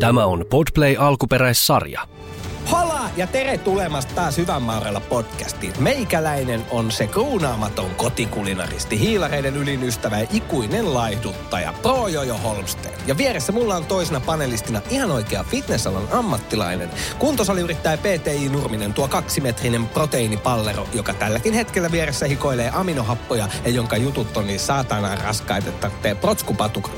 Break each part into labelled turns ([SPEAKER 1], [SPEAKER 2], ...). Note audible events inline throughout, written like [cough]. [SPEAKER 1] Tämä on Podplay alkuperäissarja.
[SPEAKER 2] Hola ja tere tulemasta taas Hyvän maarella podcastiin. Meikäläinen on se kruunaamaton kotikulinaristi, hiilareiden ylin ystävä ja ikuinen laihduttaja, Pro Jojo Holmsten. Ja vieressä mulla on toisena panelistina ihan oikea fitnessalan ammattilainen, kuntosaliyrittäjä PTI Nurminen, tuo kaksimetrinen proteiinipallero, joka tälläkin hetkellä vieressä hikoilee aminohappoja ja jonka jutut on niin saatana raskaita, että tarvitsee protskupatukan.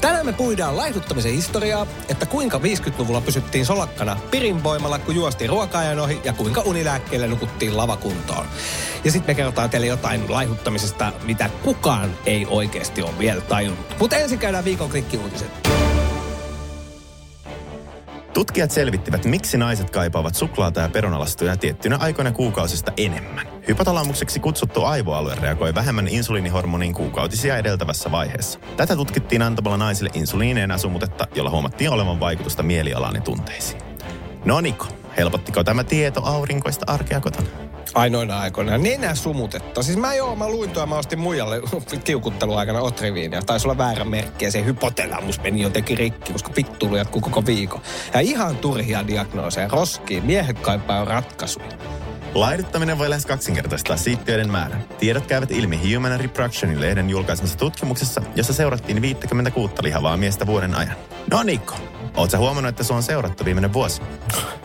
[SPEAKER 2] Tänään me puidaan laihduttamisen historiaa, että kuinka 50-luvulla pysyttiin solakkana pirinvoimalla, kun juostiin ruokaajan ohi ja kuinka unilääkkeellä nukuttiin lavakuntoon. Ja sitten me kerrotaan teille jotain laihduttamisesta, mitä kukaan ei oikeasti ole vielä tajunnut. Mutta ensin käydään viikon klikkiuutiset.
[SPEAKER 3] Tutkijat selvittivät, miksi naiset kaipaavat suklaata ja perunalastuja tiettynä aikoina kuukausista enemmän. Hypotalamukseksi kutsuttu aivoalue reagoi vähemmän insuliinihormoniin kuukautisia edeltävässä vaiheessa. Tätä tutkittiin antamalla naisille insuliineen asumutetta, jolla huomattiin olevan vaikutusta mielialaan ja tunteisiin. No Niko, helpottiko tämä tieto aurinkoista arkea kotona?
[SPEAKER 2] Ainoina aikoina nenä sumutetta. Siis mä joo, mä luin tuo, mä ostin muijalle [laughs] kiukutteluaikana otriviin ja taisi olla väärä merkki ja se hypotelamus meni jotenkin rikki, koska pittulu jatkuu koko viikon. Ja ihan turhia diagnooseja, roskiin, miehet kaipaa ratkaisuja.
[SPEAKER 3] Laihduttaminen voi lähes kaksinkertaistaa siittiöiden määrän. Tiedot käyvät ilmi Human Reproductionin lehden julkaisemassa tutkimuksessa, jossa seurattiin 56 lihavaa miestä vuoden ajan. No Niko, oot sä huomannut, että se on seurattu viimeinen vuosi?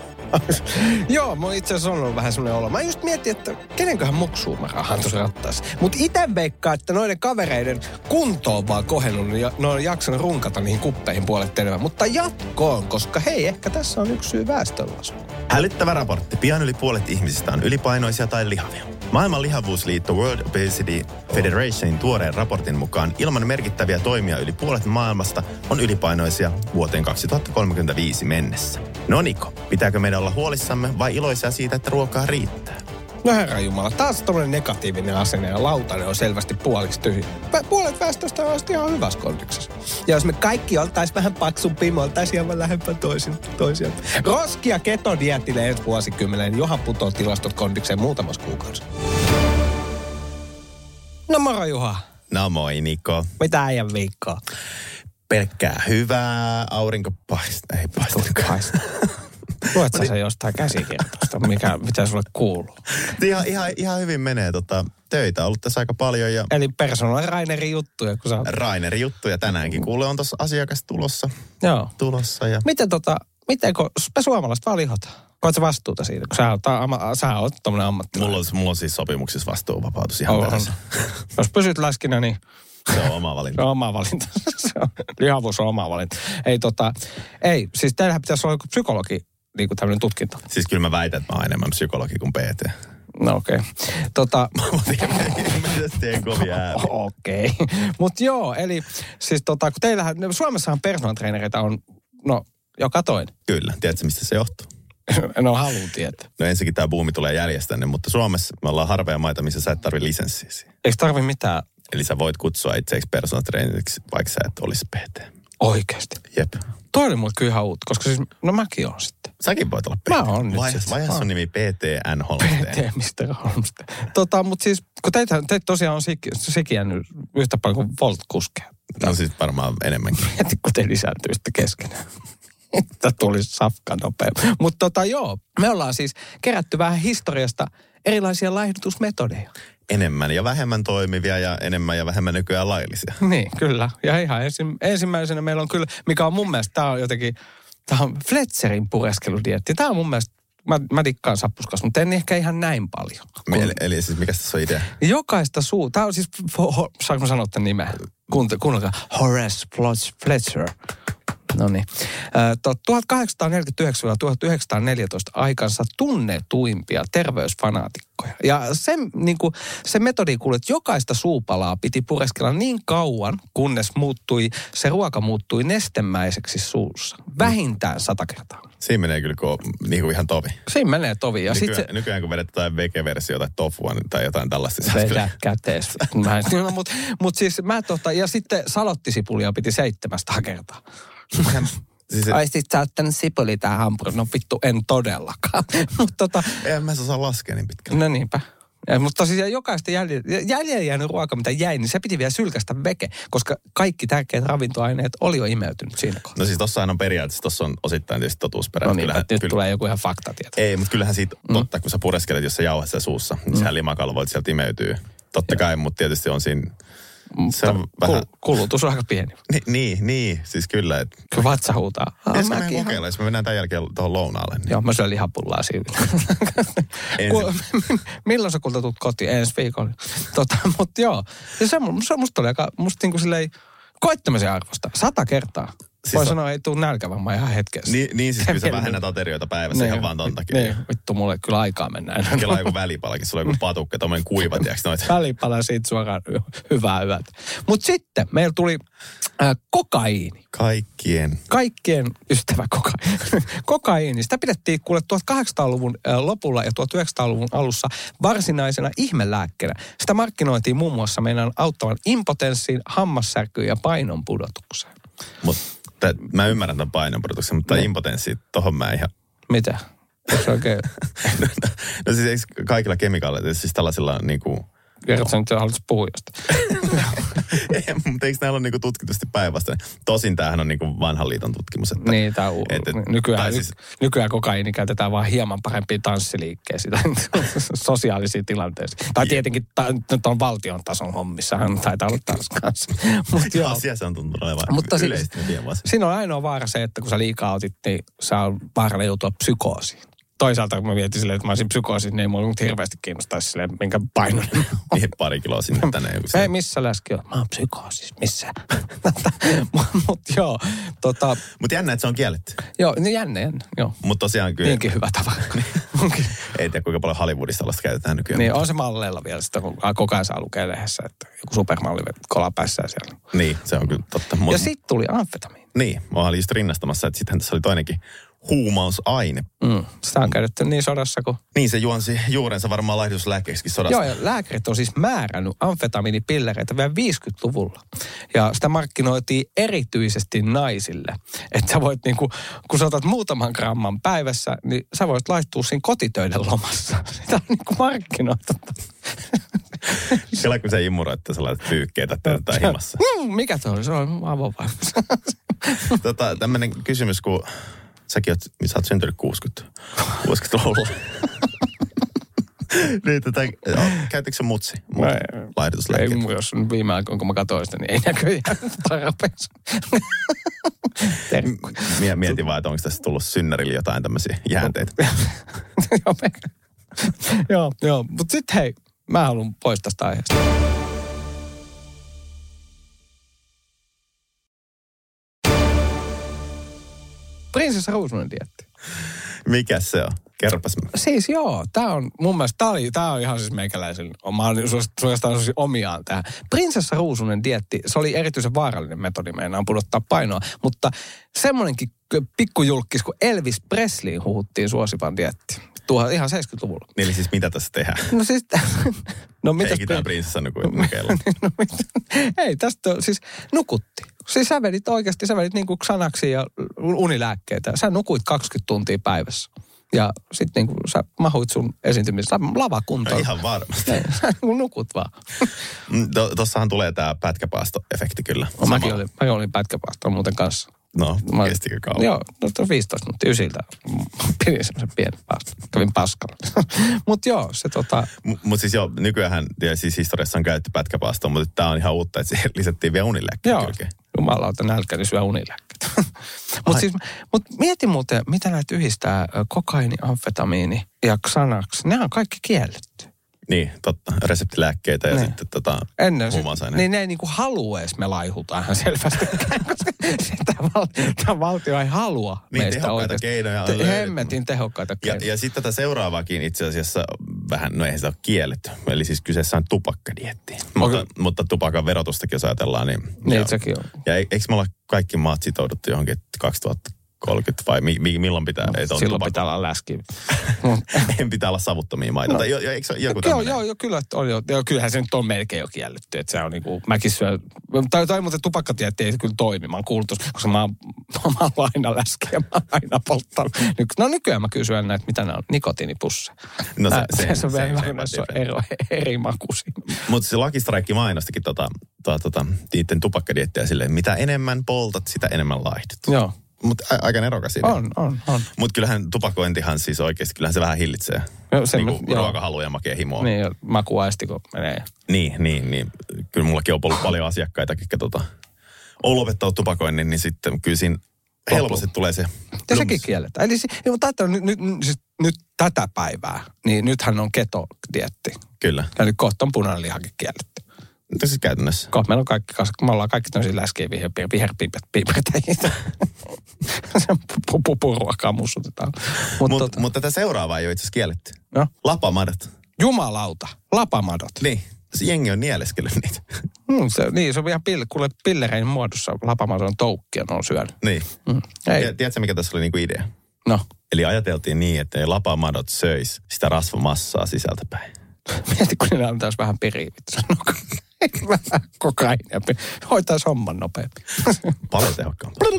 [SPEAKER 2] [laughs] Joo, mä oon itse asiassa ollut vähän semmoinen olo. Mä just mietin, että kenenköhän muksuu mä rahan tuossa rattaassa. Mut ite veikkaa, että noiden kavereiden kunto on vaan kohennut ja ne on jaksanut runkata niihin kuppeihin puolet enemmän. Mutta jatkoon, koska hei, ehkä tässä on yksi syy väestönlaskuun.
[SPEAKER 3] Hälyttävä raportti. Pian yli puolet ihmisistä on ylipainoisia tai lihavia. Maailman lihavuusliitto World Obesity Federationin tuoreen raportin mukaan ilman merkittäviä toimia yli puolet maailmasta on ylipainoisia vuoteen 2035 mennessä. No Niko, pitääkö meidän olla huolissamme vai iloisia siitä, että ruokaa riittää?
[SPEAKER 2] No herra Jumala, taas tämmöinen negatiivinen asenne ja lautanen on selvästi puoliksi tyhjä. Pä- Puolet väestöstä on asti ihan hyvässä kondiksessa. Ja jos me kaikki oltais vähän paksumpia, me oltais hieman lähempää toisin, toisiaan. Roski ja keto dietille ensi vuosikymmeneen, johan putoo tilastot kondikseen muutamassa kuukaudessa. No moro Juha,
[SPEAKER 3] No moi Niko.
[SPEAKER 2] mitä äijän viikkoa?
[SPEAKER 3] Pelkkää hyvää, aurinko paistaa, ei paistakaan.
[SPEAKER 2] Paista. [laughs] Luet sä sen jostain käsikirjoitusta, mikä, mitä sulle kuuluu?
[SPEAKER 3] [laughs] ihan, ihan, ihan, hyvin menee tota, töitä, on ollut tässä aika paljon ja
[SPEAKER 2] Eli personal Rainerin juttuja, kun sä oot...
[SPEAKER 3] Raineri juttuja tänäänkin. Kuule, on tuossa asiakas tulossa,
[SPEAKER 2] Joo.
[SPEAKER 3] tulossa ja
[SPEAKER 2] Miten tota, miten kun me suomalaiset vaan lihotaan? Koet sä vastuuta siitä, kun sä oot, ama, sä oot tommonen ammattilainen?
[SPEAKER 3] Mulla on, mulla on siis sopimuksissa vastuuvapautus ihan
[SPEAKER 2] On.
[SPEAKER 3] perässä.
[SPEAKER 2] [laughs] Jos pysyt läskinä, niin
[SPEAKER 3] Se on oma
[SPEAKER 2] se
[SPEAKER 3] valinta.
[SPEAKER 2] on oma valinta. [laughs] Se on- Lihavuus on oma valinta. Ei tota, ei, siis teillähän pitäisi olla joku psykologi, niin kuin tämmöinen tutkinto.
[SPEAKER 3] Siis kyllä mä väitän, että mä oon enemmän psykologi kuin [laughs] PT.
[SPEAKER 2] No okei. Tota, [laughs]
[SPEAKER 3] Mitäs teen kovia ääniä?
[SPEAKER 2] okei. Mutta joo, eli siis tota, kun teillähän, no Suomessahan personal trainereita on, no, joka toinen.
[SPEAKER 3] Kyllä, tiedätkö mistä se johtuu?
[SPEAKER 2] [laughs] no haluun tietää.
[SPEAKER 3] No ensinnäkin tämä buumi tulee järjestänne, mutta Suomessa me ollaan harvoja maita, missä sä et tarvi lisenssiä siihen.
[SPEAKER 2] Eikö tarvi mitään
[SPEAKER 3] Eli sä voit kutsua itseäsi personal traineriksi, vaikka sä et olisi PT.
[SPEAKER 2] oikeasti?
[SPEAKER 3] Jep.
[SPEAKER 2] Toi oli mulle kyllä ihan uutta, koska siis, no mäkin on sitten.
[SPEAKER 3] Säkin voit olla PT.
[SPEAKER 2] Mä oon nyt
[SPEAKER 3] Vai,
[SPEAKER 2] sit.
[SPEAKER 3] vaihan
[SPEAKER 2] Mä oon.
[SPEAKER 3] sun nimi PTN Holmsteen.
[SPEAKER 2] PT, Mr. Holmsten. Tota, mutta siis, kun teitä, teitä tosiaan on sik, sekiä nyt yhtä paljon kuin Volt-kuskeja.
[SPEAKER 3] No siis varmaan enemmänkin.
[SPEAKER 2] Mieti, kun te lisääntyisitte keskenään. Että tulisi safka nopeammin. Mutta tota, joo, me ollaan siis kerätty vähän historiasta erilaisia laihdutusmetodeja.
[SPEAKER 3] Enemmän ja vähemmän toimivia ja enemmän ja vähemmän nykyään laillisia.
[SPEAKER 2] Niin, kyllä. Ja ihan ensi, ensimmäisenä meillä on kyllä, mikä on mun mielestä, tämä on jotenkin, tämä on Fletcherin pureskeludietti. Tämä on mun mielestä, mä, mä dikkaan sappuskas, mutta en ehkä ihan näin paljon. Kun-
[SPEAKER 3] Eli, eli siis mikä tässä on idea?
[SPEAKER 2] Jokaista suu... Tämä on siis... ho- ho- Saanko mä sanoa tämän nimen? Kuunte- Kuunnelkaa. Horace Fletch- Fletcher. No niin. 1849-1914 aikansa tunnetuimpia terveysfanaatikkoja. Ja se, niin kuin, se metodi kuului, että jokaista suupalaa piti pureskella niin kauan, kunnes muuttui, se ruoka muuttui nestemäiseksi suussa. Vähintään sata kertaa.
[SPEAKER 3] Siinä menee kyllä ko, niin kuin ihan tovi.
[SPEAKER 2] Siinä menee tovi. Ja sit
[SPEAKER 3] Nykyään,
[SPEAKER 2] se,
[SPEAKER 3] se... nykyään kun vedät jotain vege-versiota tai tofua niin- tai jotain tällaista. niin sä oot
[SPEAKER 2] Vedä
[SPEAKER 3] kyllä-
[SPEAKER 2] [laughs] kätees. Mä en, no, mut, mut siis mä tota, ja sitten salottisipulia piti 700 kertaa.
[SPEAKER 3] Siis,
[SPEAKER 2] Ai sit sä oot tänne sipuli tää hampuri. No vittu, en todellakaan. [laughs] Mut tota,
[SPEAKER 3] en mä osaa laskea niin pitkään.
[SPEAKER 2] no niinpä. Ja, mutta tosiaan jokaista jäljellä, jäljellä jäänyt ruoka, mitä jäi, niin se piti vielä sylkästä veke, koska kaikki tärkeät ravintoaineet oli jo imeytynyt siinä kohtaa.
[SPEAKER 3] No siis tossahan on periaatteessa, tossa on osittain tietysti totuusperä.
[SPEAKER 2] No niin,
[SPEAKER 3] Kyllähän-
[SPEAKER 2] nyt
[SPEAKER 3] kyllä-
[SPEAKER 2] tulee joku ihan faktatieto.
[SPEAKER 3] Ei, mutta kyllähän siitä
[SPEAKER 2] Mm.
[SPEAKER 3] totta, kun sä pureskelet jossain jauhassa suussa, niin sehän limakalvoit sieltä imeytyy. Totta kai, mutta tietysti on siinä... Se on vähän...
[SPEAKER 2] Kul- kulutus on aika pieni.
[SPEAKER 3] Ni, niin, niin, siis kyllä. Et...
[SPEAKER 2] Kyllä vatsa huutaa. "Ah,
[SPEAKER 3] Pitäisikö meidän
[SPEAKER 2] mäkin ihan-
[SPEAKER 3] kokeilla, jos me mennään tämän jälkeen tuohon lounaalle. Niin.
[SPEAKER 2] Joo, mä syön lihapullaa siinä.
[SPEAKER 3] [laughs] Ensi-
[SPEAKER 2] Ku, [laughs] milloin sä kulta tulet kotiin? Ensi viikolla. Tota, mutta joo. Ja se, mu- se musta oli aika, musta niinku silleen, koittamisen arvosta. Sata kertaa.
[SPEAKER 3] Siis
[SPEAKER 2] Voi
[SPEAKER 3] on-
[SPEAKER 2] sanoa, ei tuu nälkä varmaan ihan hetkessä.
[SPEAKER 3] Niin, niin siis kyllä sä
[SPEAKER 2] Niin.
[SPEAKER 3] vähennät aterioita päivässä ihan vaan ton takia.
[SPEAKER 2] Niin, vittu, mulle kyllä aikaa mennään. [laughs]
[SPEAKER 3] Kela on joku välipalki, sulla on joku patukka, tommonen kuiva, tiiäks noita.
[SPEAKER 2] Välipala siitä suoraan hy- hyvää yötä. Mutta sitten meillä tuli äh, kokaiini.
[SPEAKER 3] Kaikkien.
[SPEAKER 2] kaikkien ystävä koka- [laughs] kokaiini. Sitä pidettiin kuule 1800-luvun ö, lopulla ja 1900-luvun alussa varsinaisena ihmelääkkeenä. Sitä markkinoitiin muun muassa meidän auttavan impotenssiin, hammassärkyyn ja painon pudotukseen.
[SPEAKER 3] Mut tä, mä ymmärrän tämän painonpudotuksen,
[SPEAKER 2] Niin.
[SPEAKER 3] mutta no. impotenssi, tohon mä ihan... [laughs]
[SPEAKER 2] Mitä? Onko se oikein?
[SPEAKER 3] No siis eikö kaikilla kemikaaleilla, siis tällaisilla niinku...
[SPEAKER 2] Kerrot sä nyt, että haluaisit puhua
[SPEAKER 3] [laughs]
[SPEAKER 2] jostain.
[SPEAKER 3] Ei, mutta eikö näillä ole niinku tutkitusti päinvastoin? Tosin tämähän on niinku vanhan liiton tutkimus, että...
[SPEAKER 2] Niin, tää u-
[SPEAKER 3] et- et-
[SPEAKER 2] nykyään,
[SPEAKER 3] tai
[SPEAKER 2] siis...
[SPEAKER 3] siis-
[SPEAKER 2] nykyään kokaiini käytetään vaan hieman parempiin tanssiliikkeisiin tai [laughs] sosiaalisiin tilanteisiin. Tai tietenkin ta- nyt on valtion tason hommissahan taitaa olla taas kanssa. [laughs] Mut joo.
[SPEAKER 3] Asia se on tuntunut olevan
[SPEAKER 2] Mutta
[SPEAKER 3] mutta
[SPEAKER 2] siis-
[SPEAKER 3] yleisesti siis...
[SPEAKER 2] Siinä on ainoa vaara se, että kun sä liikaa otit, niin sä on vaarana joutua psykoosiin. Toisaalta kun mä mietin silleen, että mä olisin psykoosiin, niin ei mua nyt hirveästi kiinnostaisi silleen, minkä painon.
[SPEAKER 3] Niin pari kiloa sinne tänne. joku
[SPEAKER 2] Hei,
[SPEAKER 3] se-
[SPEAKER 2] missä läski on? Mä oon psykoosissa, missä? [laughs] Mutta joo, tota,
[SPEAKER 3] Mutta jännä, että se on kielletty.
[SPEAKER 2] joo, niin jännä, jännä, joo.
[SPEAKER 3] Mutta tosiaan kyllä, Niin.
[SPEAKER 2] Niinkin hyvä
[SPEAKER 3] [laughs]
[SPEAKER 2] tavara.
[SPEAKER 3] ei tiedä kuinka paljon Hollywoodista tällaista käytetään nykyään.
[SPEAKER 2] niin, on se malleilla vielä sitä, kun koko ajan saa lukea lehdessä, että joku supermalli kola päässään siellä.
[SPEAKER 3] Niin, se on kyllä totta. Mut,
[SPEAKER 2] Ja sitten tuli amfetamiini.
[SPEAKER 3] Niin, mä olin just rinnastamassa, että sittenhän tässä oli toinenkin huumausaine.
[SPEAKER 2] Mm. Sitä on käytetty niin sodassa kuin
[SPEAKER 3] Niin se juonsi juurensa varmaan laihduslääkkeeksikin sodassa.
[SPEAKER 2] Joo, ja lääkärit on siis määrännyt amfetamiinipillereitä vielä 50-luvulla. Ja sitä markkinoitiin erityisesti naisille. Että sä voit niinku, kun sä otat muutaman gramman päivässä, niin sä voit laittua siinä kotitöiden lomassa. [laughs] Sitä on niinku markkinoitu.
[SPEAKER 3] Siellä kun se imuroi, että sä laitat pyykkeitä täytetään himassa.
[SPEAKER 2] [laughs] Mm, mikä toi oli? Se oli avovaimus.
[SPEAKER 3] Tota, tämmönen kysymys, kun säkin oot, niin sä oot syntynyt 60,
[SPEAKER 2] [laughs]
[SPEAKER 3] 60-luvulla. niin, tätä, joo, käytitkö sä mutsi?
[SPEAKER 2] Mä
[SPEAKER 3] Mut,
[SPEAKER 2] en- Ei,
[SPEAKER 3] laihduslääkkeet.
[SPEAKER 2] mu- jos nyt viime aikoina, kun mä katsoin sitä, niin ei näköjään tarpeeksi. Terkkuja.
[SPEAKER 3] Mie- Mietin vaan, että onko tässä tullut synnärille jotain tämmöisiä
[SPEAKER 2] [laughs]
[SPEAKER 3] jäänteitä.
[SPEAKER 2] joo, me- joo, joo. mutta sitten hei, mä haluan pois tästä aiheesta. Prinsessa Ruusunen dietti.
[SPEAKER 3] Mikäs se on? Kerropas.
[SPEAKER 2] Siis joo, tää on mun mielestä, tää, oli, tää on ihan siis meikäläisen, mä oon suos- suorastaan suosin omiaan tähän. Prinsessa Ruusunen dietti, se oli erityisen vaarallinen metodi meinaan pudottaa painoa, mutta semmonenkin k- pikkujulkkis kuin Elvis Presleyin huhuttiin suosivan dietti. Tuohan ihan 70-luvulla.
[SPEAKER 3] Niin, Eli siis mitä tässä tehdään?
[SPEAKER 2] No siis, [laughs] no mitäs,
[SPEAKER 3] Eikin tämä
[SPEAKER 2] [laughs]
[SPEAKER 3] prinsessa nuku- nukeilla.
[SPEAKER 2] no mit- ei tästä, ole- siis nukutti. Siis sä vedit oikeasti, sä vedit niinku sanaksi ja unilääkkeitä. Sä nukuit 20 tuntia päivässä. Ja sitten niinku sä mahuit sun esiintymisen sä
[SPEAKER 3] No
[SPEAKER 2] lavakuntoon.
[SPEAKER 3] ihan varmasti.
[SPEAKER 2] [laughs] Sä niinku nukut vaan.
[SPEAKER 3] Mm, to- Tossahan tulee tämä pätkäpaasto-efekti kyllä.
[SPEAKER 2] No, mäkin
[SPEAKER 3] Sama-
[SPEAKER 2] olin, mäkin olin pätkäpaastoon muuten kanssa.
[SPEAKER 3] No, kestikö kauan?
[SPEAKER 2] Joo, no tuo 15 minuuttia ysiltä. [laughs] Pidin semmoisen pienen paaston. Kävin paskalla. [laughs] Mutta joo, se tota,
[SPEAKER 3] Mutta siis joo, nykyään siis historiassa on käytetty pätkäpaastoa, mutta tämä on ihan uutta, että siihen lisättiin vielä unilääkkeet
[SPEAKER 2] Joo.
[SPEAKER 3] kylkeen.
[SPEAKER 2] Jumalauta nälkä, niin syö unilääkkeitä. mutta siis, [laughs] mut mieti muuten, mitä näitä yhdistää ö, kokaini, amfetamiini ja Xanax. Nämä on kaikki kielletty.
[SPEAKER 3] Niin, totta. Reseptilääkkeitä ja
[SPEAKER 2] Niin.
[SPEAKER 3] sitten tota,
[SPEAKER 2] Ennen sit,
[SPEAKER 3] huumausaineita.
[SPEAKER 2] niin ne ei niinku halua edes me laihutaan ihan selvästi. [laughs] Tämä val, tää valtio ei halua
[SPEAKER 3] Niin,
[SPEAKER 2] meistä
[SPEAKER 3] tehokkaita
[SPEAKER 2] oikeasti.
[SPEAKER 3] keinoja on
[SPEAKER 2] Te-
[SPEAKER 3] löydetty.
[SPEAKER 2] Hemmetin tehokkaita
[SPEAKER 3] Ja,
[SPEAKER 2] keinoja.
[SPEAKER 3] ja sitten tätä seuraavaakin itse asiassa vähän, no eihän sitä ole kielletty. Eli siis kyseessä on tupakkadietti. Mutta, mutta tupakan verotustakin jos ajatellaan, niin...
[SPEAKER 2] Niin,
[SPEAKER 3] ja,
[SPEAKER 2] sekin on.
[SPEAKER 3] ja e- eikö me olla kaikki maat sitouduttu johonkin että 2030 30 vai mi, mi, milloin pitää? No, ei, se on
[SPEAKER 2] Silloin
[SPEAKER 3] tupakka.
[SPEAKER 2] pitää olla läski.
[SPEAKER 3] en pitää olla savuttomia maita. No. Tai jo, jo, eikö se ole joku
[SPEAKER 2] joo,
[SPEAKER 3] tämmöinen?
[SPEAKER 2] joo, joo, kyllä, että on, joo, joo, kyllähän se nyt on melkein jo kielletty. Että se on niinku, mäkin syön, tai, tai muuten tupakkatiet ei kyllä toimi. Mä oon kuullut, tuossa, koska mä, oon- [laughs] mä oon aina läski ja mä oon aina polttanut. Nyky- No nykyään mä kyllä syön näitä, mitä ne on, nikotiinipusseja.
[SPEAKER 3] No se-
[SPEAKER 2] Nää-
[SPEAKER 3] se-
[SPEAKER 2] se, on
[SPEAKER 3] se-
[SPEAKER 2] vielä
[SPEAKER 3] se-
[SPEAKER 2] varmaan,
[SPEAKER 3] se-
[SPEAKER 2] se on ero, [laughs] eri makuisia.
[SPEAKER 3] Mutta se lakistraikki mainostikin tota, tota, tota, niiden tupakkadiettiä silleen, mitä enemmän poltat, sitä enemmän laihdut.
[SPEAKER 2] Joo,
[SPEAKER 3] Mutta aika nerokas idea.
[SPEAKER 2] on, on, on.
[SPEAKER 3] Mutta kyllähän tupakointihan siis oikeasti, kyllähän se vähän hillitsee.
[SPEAKER 2] No, se-
[SPEAKER 3] niinku
[SPEAKER 2] joo.
[SPEAKER 3] ruokahalua ja makea himoa.
[SPEAKER 2] Niin, ja makuaisti, kun menee.
[SPEAKER 3] Niin, niin, niin. Kyllä mullakin on ollut paljon asiakkaita, ketkä tota, on lopettanut tupakoinnin, niin sitten kyllä siinä helposti tulee se
[SPEAKER 2] Ja
[SPEAKER 3] plums.
[SPEAKER 2] sekin kielletään. Eli si- niin, mutta ajattelin, nyt, nyt, siis nyt tätä päivää, niin nythän on ketodietti.
[SPEAKER 3] Kyllä.
[SPEAKER 2] Ja nyt kohta on punainen lihakin kielletty.
[SPEAKER 3] Mutta Siis käytännössä.
[SPEAKER 2] Kohta meillä on kaikki, koska me ollaan kaikki tämmöisiä läskiä viher- viherpiipertäjiä. Se pu- pu- puruakaan mussutetaan. Mut,
[SPEAKER 3] Mut,
[SPEAKER 2] Mut, tota,
[SPEAKER 3] Mutta tätä seuraavaa ei ole itse asiassa kielletty.
[SPEAKER 2] no,
[SPEAKER 3] Lapamadat.
[SPEAKER 2] jumalauta, lapamadot.
[SPEAKER 3] Niin. Se jengi on nieleskellyt niitä. [laughs]
[SPEAKER 2] Mm, se, niin, se on ihan pill, kuule, pillerein muodossa lapamadon toukkia ne on syönyt.
[SPEAKER 3] niin.
[SPEAKER 2] Mm.
[SPEAKER 3] Ei.
[SPEAKER 2] Ei,
[SPEAKER 3] Tiedätkö, mikä tässä oli niinku idea?
[SPEAKER 2] no,
[SPEAKER 3] Eli ajateltiin niin, että ne lapamadot söis sitä rasvamassaa sisältäpäin.
[SPEAKER 2] mieti kun ne antaisi vähän piriä. [laughs] Vähän kokainia. Hoitaisi homman nopeammin.
[SPEAKER 3] Paljon tehokkaampaa.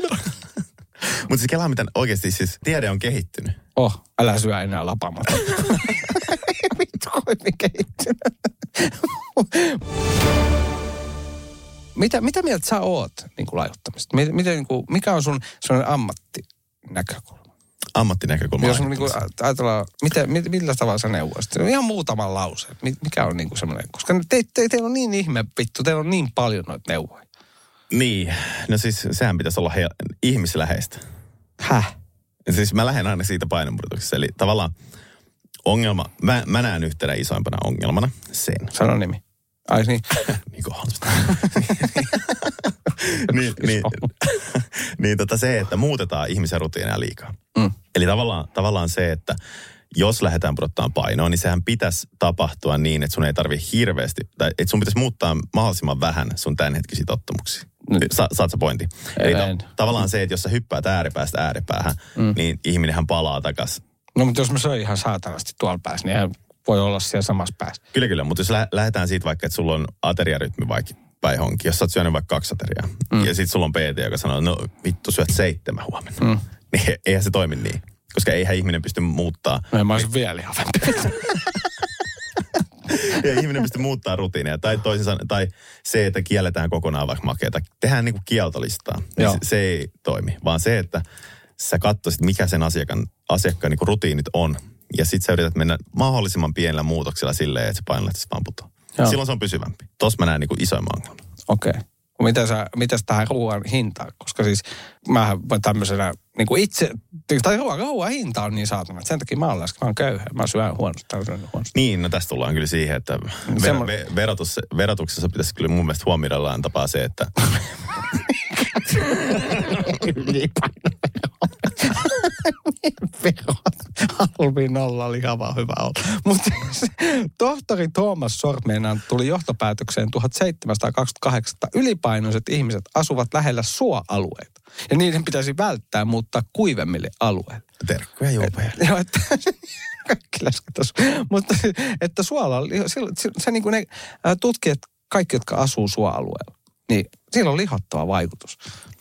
[SPEAKER 3] Mutta siis kelaa, miten oikeasti siis tiede on kehittynyt.
[SPEAKER 2] Oh, älä syö enää [laughs] lapamata. Vittu, kuin mikä itse. mitä, mitä mieltä sä oot niin kuin laiduttamisesta? Miten, miten, niin kuin, mikä on sun sellainen ammattinäkökulma?
[SPEAKER 3] Ammattinäkökulma.
[SPEAKER 2] Jos niin kuin,
[SPEAKER 3] laihduttamista.
[SPEAKER 2] ajatellaan, mitä, mit- millä tavalla sä neuvoisit? Ihan muutaman lauseen. Mi- Mikä on niin kuin semmoinen? Koska te, te, teillä on niin ihme vittu, teillä on niin paljon noita neuvoja.
[SPEAKER 3] Niin, no siis sehän pitäisi olla he, ihmisläheistä.
[SPEAKER 2] Häh?
[SPEAKER 3] Siis mä lähden aina siitä painonmurrotuksesta. Eli tavallaan ongelma, mä, mä näen yhtenä isoimpana ongelmana sen.
[SPEAKER 2] Sano nimi. Ai niin.
[SPEAKER 3] Miko Holmström. Niinku [laughs] niin, niin, niin tota se, että muutetaan ihmisen rutiineja liikaa.
[SPEAKER 2] Mm.
[SPEAKER 3] Eli tavallaan, tavallaan se, että jos lähdetään pudottaa painoa, niin sehän pitäisi tapahtua niin, että sun ei tarvi hirveästi, tai että sun pitäisi muuttaa mahdollisimman vähän sun tämänhetkisiä tottumuksia.
[SPEAKER 2] Mm.
[SPEAKER 3] Sa, saat sä pointti? Eli
[SPEAKER 2] en.
[SPEAKER 3] ta- tavallaan se, että jos sä hyppäät ääripäästä ääripäähän, mm. niin ihminenhän palaa takaisin.
[SPEAKER 2] No mutta jos mä söin ihan saatanasti tuolla päässä, niin eihän voi olla siellä samassa päässä.
[SPEAKER 3] Kyllä, kyllä, mutta jos lä- lähdetään siitä vaikka, että sulla on ateriarytmi vaikka päihonki, jos sä oot syönyt vaikka kaksi ateriaa, mm. ja sitten sulla on PT, joka sanoo, no vittu, syöt seitsemän huomenna. Mm. [laughs] Niin eihän se toimi niin, koska eihän ihminen pysty muuttaa
[SPEAKER 2] No en mä olisin vielä ihan
[SPEAKER 3] ja ihminen pysty muuttaa rutiineja. Tai, toisin sanoen, tai se, että kielletään kokonaan vaikka makeita. Tehdään niin kuin kieltolistaa. Niin
[SPEAKER 2] Joo.
[SPEAKER 3] se, se, ei toimi. Vaan se, että sä katsoisit, mikä sen asiakkaan, asiakkaan niin kuin rutiinit on. Ja sit sä yrität mennä mahdollisimman pienellä muutoksella silleen, että se painolähtisi vaan putoaa.
[SPEAKER 2] Joo.
[SPEAKER 3] Silloin se on pysyvämpi. Tos mä näen niin kuin isoimman ongelman.
[SPEAKER 2] Okei. Okay. Mitä sä, mitäs tähän ruoan hintaan? Koska siis mähän voin tämmöisenä niin kuin itse, tai ruoan, ruoan hinta on niin saatana. että Sen takia mä oon läskä, mä oon köyhä, mä syön huonosti, täysin huonosti.
[SPEAKER 3] Niin, no tässä tullaan kyllä siihen, että ver-
[SPEAKER 2] Semmo-
[SPEAKER 3] ver- verotus, verotuksessa pitäisi kyllä mun mielestä huomioida jollain tapaa se, että [laughs]
[SPEAKER 2] Vero, halvi nolla oli ihan vaan hyvä olla. Mutta tohtori Tuomas Sormeenan tuli johtopäätökseen 1728, että ylipainoiset ihmiset asuvat lähellä suoalueita. Ja niiden pitäisi välttää muuttaa kuivemmille alueille.
[SPEAKER 3] terkkuja juopoja.
[SPEAKER 2] Joo, että [laughs] kaikki läskätäs. Mutta että suola, on liho- sillä- se, se niin kuin ne ää, tutkijat, kaikki jotka asuu suoalueella, niin sillä on lihottava vaikutus.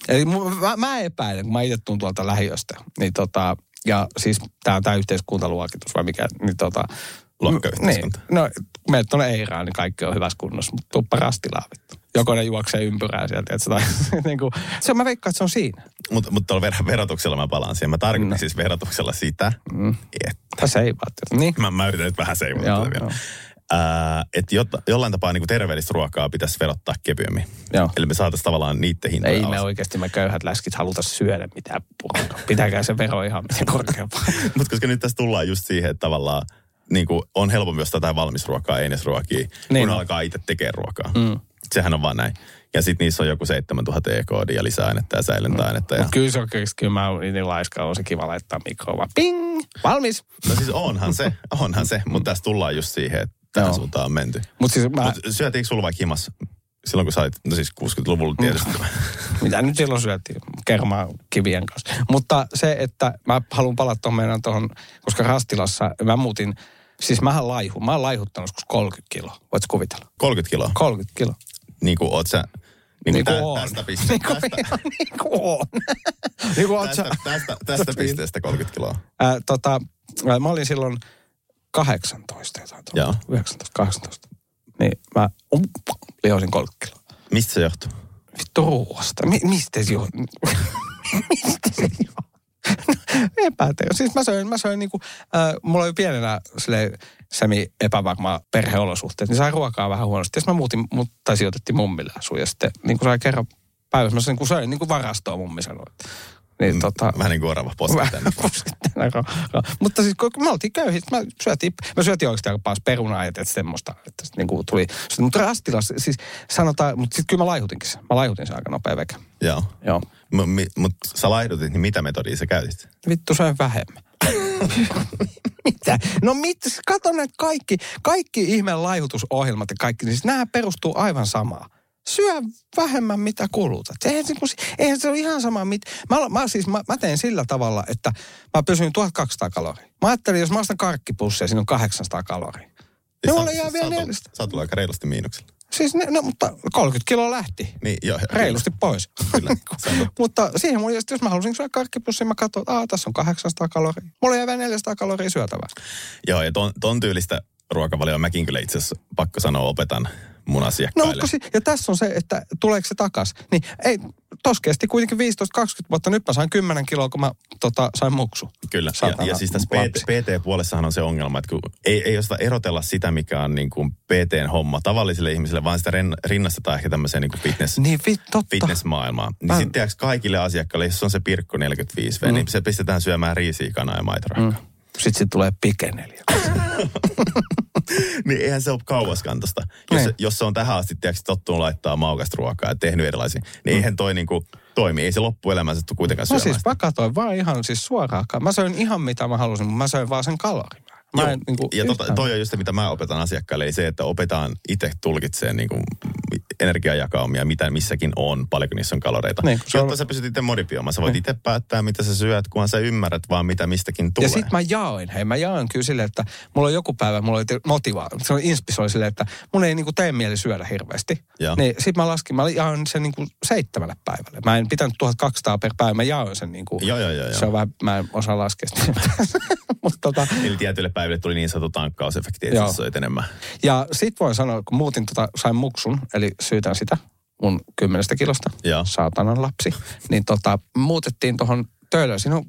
[SPEAKER 2] Eli mu- mä, mä epäilen, kun mä itse tuun tuolta lähiöstä, niin tota, ja siis tämä on tämä yhteiskuntaluokitus vai mikä, niin tota...
[SPEAKER 3] Luokkayhteiskunta.
[SPEAKER 2] Niin, no, kun menet tuonne Eiraan, niin kaikki on hyvässä kunnossa, mutta tuppa rastilaa vittu. Joko ne juoksee ympyrää sieltä, että se, tai, [laughs] niin kuin, se mä veikkaan, että se on siinä.
[SPEAKER 3] Mutta mut tuolla ver- verotuksella mä palaan siihen. Mä tarkoitan
[SPEAKER 2] Mm.
[SPEAKER 3] siis verotuksella sitä, mm. että
[SPEAKER 2] Tässä ei vaan. Niin.
[SPEAKER 3] mä, mä yritän nyt vähän seivata
[SPEAKER 2] Joo,
[SPEAKER 3] tätä vielä.
[SPEAKER 2] joo.
[SPEAKER 3] Äh, että jollain tapaa niin terveellistä ruokaa pitäisi verottaa kevyemmin.
[SPEAKER 2] Joo.
[SPEAKER 3] Eli me saataisiin tavallaan niiden hintoja
[SPEAKER 2] Ei
[SPEAKER 3] alas.
[SPEAKER 2] me oikeasti me köyhät läskit haluta syödä mitään purkaa. Pitäkää se vero ihan miten [laughs] korkeampaa.
[SPEAKER 3] Mutta koska nyt tässä tullaan just siihen, että tavallaan niin kuin on helpompi ostaa jotain valmisruokaa, einesruokia, niin.
[SPEAKER 2] Niin
[SPEAKER 3] kun
[SPEAKER 2] on.
[SPEAKER 3] alkaa itse tekemään ruokaa. Mm. Sehän on vaan näin. Ja sitten niissä on joku 7000 e-koodia, lisäainetta ja säilöntäainetta. Ja...
[SPEAKER 2] Mut Kyllä se on kyllä, kyllä mä oon niin laiska, on se kiva laittaa mikroon vaan ping, valmis.
[SPEAKER 3] No siis onhan se, onhan se. Mutta tässä tullaan just siihen, että tähän
[SPEAKER 2] Joo.
[SPEAKER 3] suuntaan on menty.
[SPEAKER 2] Mutta siis mä,
[SPEAKER 3] Mut syötiinkö sulla vaikka himas silloin kun sait, no siis 60-luvulla
[SPEAKER 2] Mm.
[SPEAKER 3] tietysti.
[SPEAKER 2] Mitä nyt silloin syötiin? Kermaa kivien kanssa. Mutta se, että mä haluan palata tuohon meidän tuohon, koska Rastilassa mä muutin, siis mähän laihu, mä oon laihuttanut joskus 30 kiloa, voit sä kuvitella?
[SPEAKER 3] 30 kiloa.
[SPEAKER 2] 30 kiloa.
[SPEAKER 3] Niin kuin oot sä, niin kuin
[SPEAKER 2] Niin kuin
[SPEAKER 3] tä,
[SPEAKER 2] oon.
[SPEAKER 3] tästä pisteestä. Tästä,
[SPEAKER 2] [laughs] niin kuin on. niin kuin oot sä,
[SPEAKER 3] tästä, tästä, tästä pisteestä 30 kiloa.
[SPEAKER 2] ää, tota, ää, mä olin silloin 18 jotain
[SPEAKER 3] Joo.
[SPEAKER 2] tuolla, 19, 18. Niin mä um, lihosin 30 kiloa.
[SPEAKER 3] Mistä se johtuu?
[SPEAKER 2] Vittu ruuasta. Mi- mistä se johtuu? [laughs] mistä se johtuu? Epäteo. Siis mä söin, mä söin niinku, äh, mulla oli pienenä sille semi epävarma perheolosuhteet, niin sai ruokaa vähän huonosti. Ja sitten mä muutin, mut, tai sijoitettiin mummille asuun. Ja sitten niin sai kerran päivässä, mä söin, niin söin niin kuin varastoa mummi sanoi. Niin mm, tota,
[SPEAKER 3] Vähän niin kuin orava poskit tänne.
[SPEAKER 2] [laughs] Puskettiin ra- ra- Mutta siis kun me oltiin köyhiä, sit mä syötiin, mä syötiin oikeasti aika paljon perunaa ja tietysti semmoista, että sit niinku tuli. sit- Mutta rastilassa siis sanotaan, mutta sitten kyllä mä laihutinkin sen. Mä laihutin sen aika nopea veke.
[SPEAKER 3] Joo.
[SPEAKER 2] Joo.
[SPEAKER 3] M- mi- mut sä laihdutit, niin mitä metodia sä käytit?
[SPEAKER 2] Vittu söin vähemmän. [laughs] mitä? No mit, kato näitä kaikki, kaikki ihmeen laihutusohjelmat ja kaikki, niin siis nämä perustuu aivan samaa. Syö vähemmän mitä kulutat. Eihän se, kun- eihän se ole ihan sama mit. Mä, alo- mä, siis, mä, mä teen sillä tavalla, että mä pysyn 1200 kaloria. Mä ajattelin, jos mä ostan karkkipusseja, siinä on 800 kaloria.
[SPEAKER 3] Siis
[SPEAKER 2] mulla
[SPEAKER 3] sä-
[SPEAKER 2] jää
[SPEAKER 3] sä
[SPEAKER 2] vielä
[SPEAKER 3] oot ollut-
[SPEAKER 2] neljästä.
[SPEAKER 3] Sä oot ollut aika reilusti miinuksella.
[SPEAKER 2] Siis ne, no, mutta 30 kiloa lähti.
[SPEAKER 3] Niin, joo.
[SPEAKER 2] Reilusti pois.
[SPEAKER 3] Kyllä. Sä oot-
[SPEAKER 2] [laughs] Mutta siihen mun, jos mä halusin syödä karkkipussin, mä katsoin, että aah, tässä on 800 kaloria. Mulla jäi vielä 400 kaloria syötävää.
[SPEAKER 3] Joo, ja ton, ton tyylistä ruokavalioa mäkin kyllä itse asiassa pakko sanoa opetan mun
[SPEAKER 2] No,
[SPEAKER 3] asiakkaille.
[SPEAKER 2] mutta kun si- ja tässä on se, että tuleeko se takas. Niin ei, tos kesti kuitenkin 15-20 vuotta. Nyt mä sain 10 kiloa, kun mä tota, sain muksu.
[SPEAKER 3] Kyllä, ja,
[SPEAKER 2] Satana
[SPEAKER 3] ja siis tässä
[SPEAKER 2] lapsi.
[SPEAKER 3] PT, PT-puolessahan on se ongelma, että kun ei, ei osata erotella sitä, mikä on niin kuin PTn homma tavallisille ihmisille, vaan sitä ren- rinnastetaan ehkä tämmöiseen niin kuin fitness,
[SPEAKER 2] Niin vit, totta.
[SPEAKER 3] fitnessmaailmaan. Niin
[SPEAKER 2] Mä-
[SPEAKER 3] sitten tiedätkö, kaikille asiakkaille, jos on se pirkku 45V, mm. niin se pistetään syömään riisiä, kanaa ja maitorakkaa. Mm.
[SPEAKER 2] Sitten siitä tulee pikeneliä.
[SPEAKER 3] [laughs] niin eihän se ole kauaskantosta. Jos,
[SPEAKER 2] Niin.
[SPEAKER 3] jos se on tähän asti tiedätkö, tottunut laittaa maukasta ruokaa ja tehnyt erilaisia, niin mm. eihän toi niin kuin toimi. Ei se loppuelämänsä tule kuitenkaan
[SPEAKER 2] Mä
[SPEAKER 3] syömään.
[SPEAKER 2] siis mä katsoin vaan ihan siis suoraakaan. Mä söin ihan mitä mä halusin, mutta mä söin vaan sen kalorin. Mä
[SPEAKER 3] Joo,
[SPEAKER 2] en, niin kuin,
[SPEAKER 3] ja tota, toi on just se, mitä mä opetan asiakkaille, eli se, että opetaan itse tulkitseen niin kuin energiajakaumia, mitä missäkin on, paljonko niissä on kaloreita.
[SPEAKER 2] Niin,
[SPEAKER 3] Niin,
[SPEAKER 2] kun se
[SPEAKER 3] Jotta
[SPEAKER 2] on-
[SPEAKER 3] sä pystyt itse modifioimaan, sä voit niin. itse päättää, mitä sä syöt, kunhan sä ymmärrät vaan, mitä mistäkin tulee.
[SPEAKER 2] Ja sit mä jaoin, hei mä jaoin kyllä silleen, että mulla on joku päivä, mulla oli te- motivaa, se on inspiroi silleen, että mun ei niinku tee mieli syödä hirveästi.
[SPEAKER 3] Joo.
[SPEAKER 2] Niin sit mä laskin, mä jaoin sen niinku seitsemälle päivälle. Mä en pitänyt 1200 per päivä, mä jaoin sen niinku.
[SPEAKER 3] Joo, joo, joo, joo.
[SPEAKER 2] Se on vähän, mä en osaa laskea sitä. [laughs] Mutta tota,
[SPEAKER 3] Eli tietyille päiville tuli niin sanottu tankkausefekti,
[SPEAKER 2] Joo.
[SPEAKER 3] että sä söit enemmän.
[SPEAKER 2] ja sit voin sanoa, kun muutin tota, sain muksun, eli syytän sitä mun kymmenestä kilosta,
[SPEAKER 3] Joo.
[SPEAKER 2] saatanan lapsi, niin tota, muutettiin tuohon töölöön. Siinä on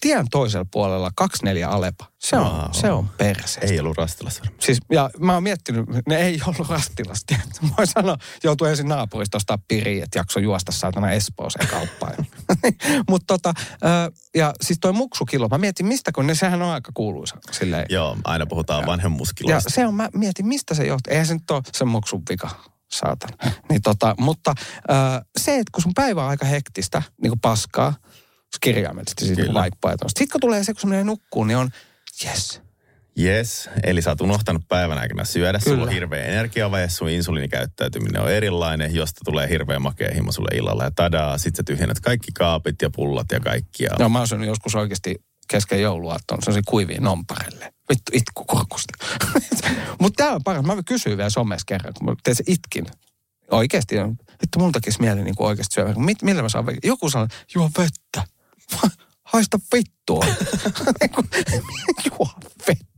[SPEAKER 2] tien toisella puolella 24 Alepa. Se on,
[SPEAKER 3] Wow.
[SPEAKER 2] se on perse.
[SPEAKER 3] Ei ollut rastilassa varmaan.
[SPEAKER 2] Siis, ja mä oon miettinyt, ne ei ollut [laughs] rastilasti. Mä voin sanoa, joutui ensin naapurista ostaa piriin, että jakso juosta saatana Espooseen kauppaan. [laughs] Mutta tota, ö, ja siis toi muksukilo, mä mietin mistä, kun ne, sehän on aika kuuluisa silleen.
[SPEAKER 3] Joo, aina puhutaan
[SPEAKER 2] Ja
[SPEAKER 3] vanhemmuskiloista.
[SPEAKER 2] se on, mä mietin, mistä se johtuu. Eihän se nyt ole se muksun vika, saatan. [laughs] Niin tota, mutta ö, se, että kun sun päivä on aika hektistä, niin kuin paskaa, siis kirjaimellisesti siitä niin
[SPEAKER 3] Kyllä.
[SPEAKER 2] vaippaa ja Sitten kun tulee se, kun se menee nukkuun, niin on, yes,
[SPEAKER 3] Yes, eli sä oot unohtanut päivän aikana syödä, Kyllä. sulla
[SPEAKER 2] Kyllä.
[SPEAKER 3] on hirveä energiavaje, sun insuliinikäyttäytyminen on erilainen, josta tulee hirveä makea himo sulle illalla ja tadaa, sit sä tyhjennät kaikki kaapit ja pullat ja kaikkia.
[SPEAKER 2] No mä oon syönyt joskus oikeasti kesken joulua, että on sellaisia kuivia nomparelle. Vittu, itku kurkusta. [laughs] Mutta tää on paras. Mä kysyin vielä somessa kerran, kun mä tein se itkin. Oikeasti, on- vittu mun takis mieli niin oikeasti syödä. Mit, millä mä saan, ve- joku sanoi, juo vettä. [laughs] Haista vittua. [laughs] Niinku, juo vettä.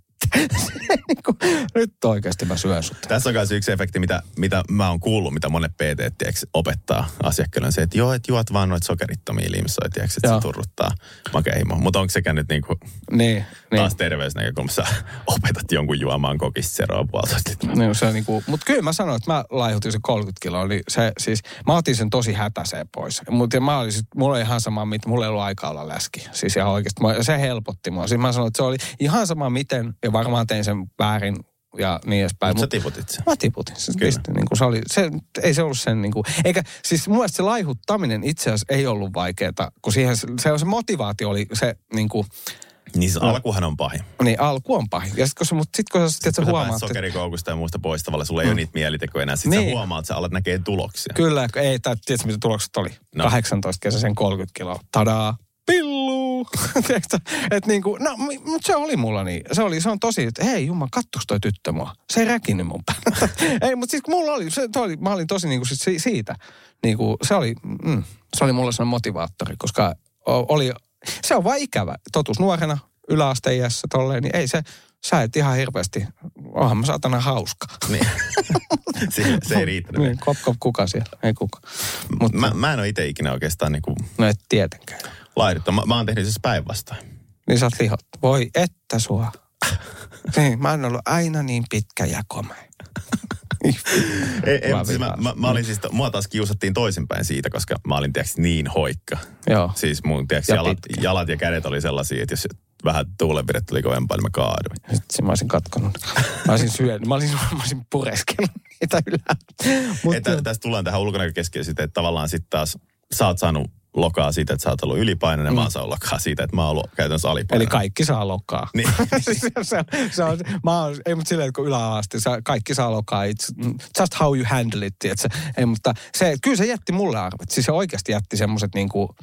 [SPEAKER 2] [laughs] Niinku, Nyt oikeasti mä syön sut.
[SPEAKER 3] Tässä on myös yksi efekti, mitä, mitä mä oon kuullut, mitä monet PT tiiäks, opettaa asiakkaille, on se, että joo, että juot vaan noita sokerittomia limsoja, tiiäks, että
[SPEAKER 2] Joo.
[SPEAKER 3] se turruttaa makeihimoa. Mutta onko sekään nyt niinku,
[SPEAKER 2] Niin, niin.
[SPEAKER 3] taas terveysnäkökulmassa [laughs] sä opetat jonkun juomaan kokista seroa puolitoista litraa?
[SPEAKER 2] Niin, se on niinku, mut kyllä mä sanoin, että mä laihutin se 30 kiloa, niin se siis, mä otin sen tosi hätäseen pois. Mut ja mä olin sit, mulla ei ihan sama, mitä, mulla ei ollut aikaa olla läski. Siis ihan oikeesti, mä, se helpotti mua. Siis mä sanoin, että se oli ihan sama miten, ja varmaan tein sen väärin ja niin edespäin.
[SPEAKER 3] Mutta sä
[SPEAKER 2] Mut,
[SPEAKER 3] tiputit sen.
[SPEAKER 2] mä tiputin sen,
[SPEAKER 3] Kyllä.
[SPEAKER 2] pistin, niin kuin se oli, se, ei se ollut sen niin kuin, eikä siis mun mielestä se laihuttaminen itse asiassa ei ollut vaikeeta, kun siihen se, se, se motivaatio oli se niin kuin,
[SPEAKER 3] Niin se alkuhan on pahin.
[SPEAKER 2] Niin, alku on pahin. Ja sitten kun sä, mut sit kun sä, sit sä
[SPEAKER 3] Kun sä
[SPEAKER 2] huomaat,
[SPEAKER 3] pääset
[SPEAKER 2] että
[SPEAKER 3] sokerikoukusta ja muusta pois tavallaan, sulla ei ole niitä mielitekoja enää. Sitten
[SPEAKER 2] Niin.
[SPEAKER 3] sä huomaat, että sä alat näkee tuloksia.
[SPEAKER 2] kyllä, kun ei, tai tiedätkö mitä tulokset oli?
[SPEAKER 3] No.
[SPEAKER 2] No. 18 kesäisen 30 kiloa. Tadaa! Pillu! [laughs] Tiedätkö, että niinku, no, mutta se oli mulla niin. Se oli, se on tosi, että hei jumma, kattoks toi tyttö mua. Se ei räkinyt mun päälle. [laughs] ei, mutta siis kun mulla oli, se, toi oli, mä olin tosi niinku sit si- siitä. Niinku, se oli, mm, se oli mulle sellainen motivaattori, koska o- oli, se on vaan ikävä. Totuus nuorena, yläasteiässä tolleen, niin ei se, sä et ihan hirveästi, onhan mä saatana hauska.
[SPEAKER 3] Niin. [laughs] se, se ei riittänyt.
[SPEAKER 2] Niin, kop, kop, kuka siellä? Ei kuka. Mutta
[SPEAKER 3] Mä, mä en ole itse ikinä oikeastaan niinku
[SPEAKER 2] no et tietenkään.
[SPEAKER 3] laiduttanut. Mä, mä oon tehnyt siis päinvastoin.
[SPEAKER 2] Niin sä oot lihot. Voi että [laughs] sua. niin, mä oon ollut aina niin pitkä ja komea.
[SPEAKER 3] Ei, ei,
[SPEAKER 2] Mä
[SPEAKER 3] mä, siis mä,
[SPEAKER 2] vihaan.
[SPEAKER 3] mä, mä olin siis, to- mua taas kiusattiin toisinpäin siitä, koska mä olin tiiäks, niin hoikka.
[SPEAKER 2] Joo.
[SPEAKER 3] Siis mun tiiäks,
[SPEAKER 2] Ja
[SPEAKER 3] jalat,
[SPEAKER 2] pitkä.
[SPEAKER 3] jalat ja kädet oli sellaisia, että jos vähän tuulenviret tuli kovempaa, niin mä kaaduin.
[SPEAKER 2] Sitten mä olisin katkonut. Mä olisin syönyt. Mä olisin, mä olisin pureskellut niitä ylää. Mut,
[SPEAKER 3] Että tässä tullaan tähän ulkonäkökeskeisyyteen, että tavallaan sitten taas sä oot saanut lokaa siitä, että sä oot ollut ylipainoinen, mm. mä oon saanut lokaa siitä, että mä oon ollut käytännössä
[SPEAKER 2] Eli
[SPEAKER 3] alipainoinen.
[SPEAKER 2] kaikki saa lokaa. [laughs] Siis
[SPEAKER 3] Niin.
[SPEAKER 2] se, se, se on, mä oon, ei mutta silleen, että kun yläaasti, sä- kaikki saa lokaa. It's just how you handle it, tiiätsä. Ei, mutta se, kyllä se jätti mulle arvet. Siis se oikeasti jätti semmoiset niinku,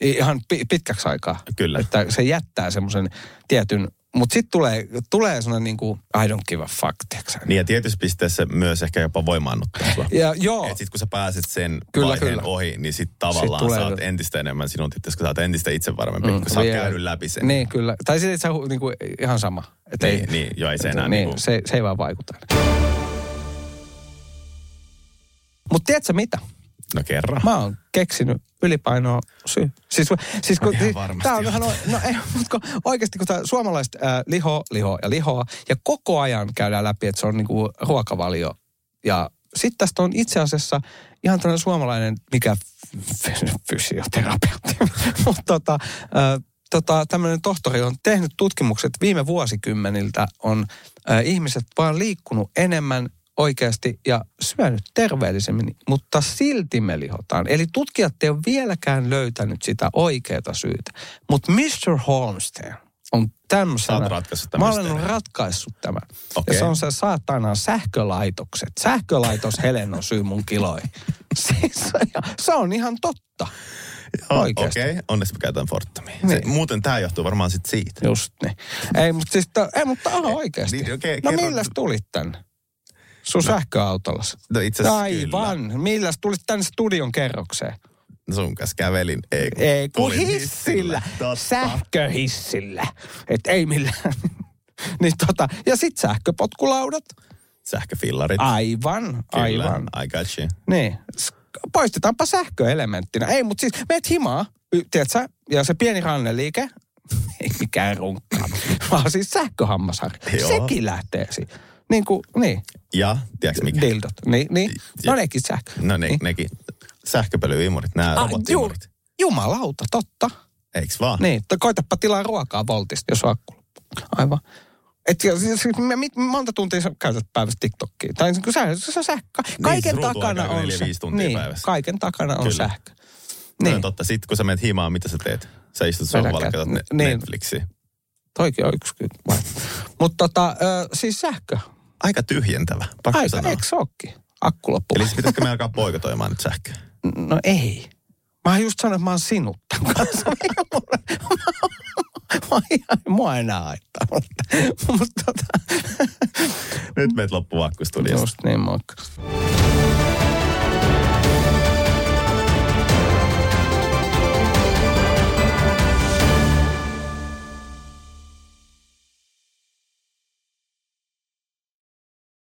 [SPEAKER 2] ihan pi- pitkäksi aikaa.
[SPEAKER 3] Kyllä.
[SPEAKER 2] Että se jättää semmoisen tietyn, mutta sitten tulee, tulee sellainen niinku, I don't give a fuck, tiiäksä.
[SPEAKER 3] Niin ja tietyssä pisteessä myös ehkä jopa voimaannuttaa sua.
[SPEAKER 2] Ja joo,
[SPEAKER 3] Niin. Et sit kun sä pääset sen kyllä,
[SPEAKER 2] Kyllä,
[SPEAKER 3] vaiheen kyllä.
[SPEAKER 2] kyllä.
[SPEAKER 3] ohi, niin sit tavallaan sit
[SPEAKER 2] tulee-
[SPEAKER 3] sä oot entistä enemmän sinun itse, kun sä oot entistä itsevarmempi, mm, kun sä oot
[SPEAKER 2] vielä.
[SPEAKER 3] käynyt läpi sen.
[SPEAKER 2] niin kyllä. Tai sitten se on niinku, ihan sama. Et
[SPEAKER 3] Niin, niin, joo, ei se enää
[SPEAKER 2] niin,
[SPEAKER 3] niinku-
[SPEAKER 2] se, se ei vaan vaikuta. Mutta tiedätkö mitä?
[SPEAKER 3] No kerran.
[SPEAKER 2] Mä oon keksinyt ylipainoa syy. Siis, siis kun,
[SPEAKER 3] Ihan
[SPEAKER 2] siis,
[SPEAKER 3] varmasti
[SPEAKER 2] tää on
[SPEAKER 3] oot.
[SPEAKER 2] ihan, o- no ei, mutta kun, oikeasti kun tää suomalaiset äh, lihoa, lihoa ja lihoa, ja koko ajan käydään läpi, että se on niinku ruokavalio. Ja sitten tästä on itse asiassa ihan tällainen suomalainen, mikä f- fysioterapeutti, [laughs] mutta tota, äh, tota, tämmöinen tohtori on tehnyt tutkimukset viime vuosikymmeniltä, on äh, ihmiset vaan liikkunut enemmän oikeasti ja syönyt terveellisemmin, mutta silti me lihotaan. Eli tutkijat ei ole vieläkään löytänyt sitä oikeaa syytä. Mutta Mr. Holmstein on
[SPEAKER 3] Sä oot
[SPEAKER 2] tämmöisenä...
[SPEAKER 3] ratkaissut tämän
[SPEAKER 2] Mä olen
[SPEAKER 3] mysteerin.
[SPEAKER 2] ratkaissut tämän.
[SPEAKER 3] Okei.
[SPEAKER 2] Ja se on se saatana sähkölaitokset. Sähkölaitos Helen on syy mun kiloihin. [laughs] Siis, se on ihan totta.
[SPEAKER 3] Joo,
[SPEAKER 2] oikeasti.
[SPEAKER 3] Okei, okay. onneksi mä käytän Fortumia. Se,
[SPEAKER 2] Niin.
[SPEAKER 3] muuten tämä johtuu varmaan sit siitä.
[SPEAKER 2] Just niin. Ei, mutta siis, to, ei, mutta on oikeasti.
[SPEAKER 3] niin,
[SPEAKER 2] Niin,
[SPEAKER 3] okei,
[SPEAKER 2] okay, no
[SPEAKER 3] kerro-
[SPEAKER 2] milläs tulit tänne? Sun no. sähköautollasi.
[SPEAKER 3] No itse asiassa kyllä.
[SPEAKER 2] Aivan. Milläs tulit tänne studion kerrokseen?
[SPEAKER 3] Sun kanssa kävelin. Ei kun,
[SPEAKER 2] Ei, kun
[SPEAKER 3] kulin
[SPEAKER 2] hissillä.
[SPEAKER 3] Totta.
[SPEAKER 2] Sähköhissillä. Et ei millään. [laughs] niin tota, ja sit sähköpotkulaudat.
[SPEAKER 3] Sähköfillarit.
[SPEAKER 2] Aivan,
[SPEAKER 3] Kyllä,
[SPEAKER 2] Ah, aivan.
[SPEAKER 3] I got you.
[SPEAKER 2] Niin. S- Poistetaanpa sähköelementtinä. Ei, mutta siis meet himaa, y- tiedätkö, ja se pieni ranneliike, [laughs] ei mikään
[SPEAKER 3] [laughs]
[SPEAKER 2] runkka, vaan siis sähköhammasharja.
[SPEAKER 3] Joo.
[SPEAKER 2] Sekin lähtee siinä. Niin kuin, niin,
[SPEAKER 3] Ja, tiedätkö mikä?
[SPEAKER 2] dildot. Niin, niin.
[SPEAKER 3] Ja-
[SPEAKER 2] No nekin sähkö.
[SPEAKER 3] No ne,
[SPEAKER 2] Niin.
[SPEAKER 3] nekin. Sähköpölyimurit, nämä
[SPEAKER 2] Ah, juu,
[SPEAKER 3] robottiimurit.
[SPEAKER 2] jumalauta, totta.
[SPEAKER 3] Eiks vaan?
[SPEAKER 2] Niin, to- koitapa tilaa ruokaa voltista, jos on akku loppu. Aivan. Et ja siis, me- mit, monta tuntia sä käytät päivässä TikTokia? Tai niin, sä, sä, sä sähkö. Kaiken
[SPEAKER 3] Niin, ruutu
[SPEAKER 2] takana
[SPEAKER 3] aikaa
[SPEAKER 2] on
[SPEAKER 3] neljä,
[SPEAKER 2] se-
[SPEAKER 3] viisi tuntia
[SPEAKER 2] niin,
[SPEAKER 3] päivässä.
[SPEAKER 2] kaiken takana on
[SPEAKER 3] Kyllä.
[SPEAKER 2] sähkö.
[SPEAKER 3] Niin.
[SPEAKER 2] Niin.
[SPEAKER 3] No, totta. Sitten kun sä menet himaan, mitä sä teet? Sä istut
[SPEAKER 2] Vedän
[SPEAKER 3] sohvalla ja katsot
[SPEAKER 2] kättä.
[SPEAKER 3] ne,
[SPEAKER 2] Niin.
[SPEAKER 3] Netflixiä.
[SPEAKER 2] Toikin on yksi kyllä. Mutta tota, ö, siis sähkö.
[SPEAKER 3] Aika tyhjentävä, pakko
[SPEAKER 2] Aika,
[SPEAKER 3] sanoa.
[SPEAKER 2] eikö se ookin? Akku loppu.
[SPEAKER 3] Eli siis pitäisikö me alkaa poikotoimaan nyt sähköä?
[SPEAKER 2] No ei. Mä oon just sanonut, että mä oon sinut tämän kanssa.
[SPEAKER 3] [laughs]
[SPEAKER 2] [laughs] Mä oon ihan- Mua ei enää haittaa. [laughs] Mutta, mutta tota,
[SPEAKER 3] Nyt meet loppuvakkustudiosta.
[SPEAKER 2] just niin, moikka.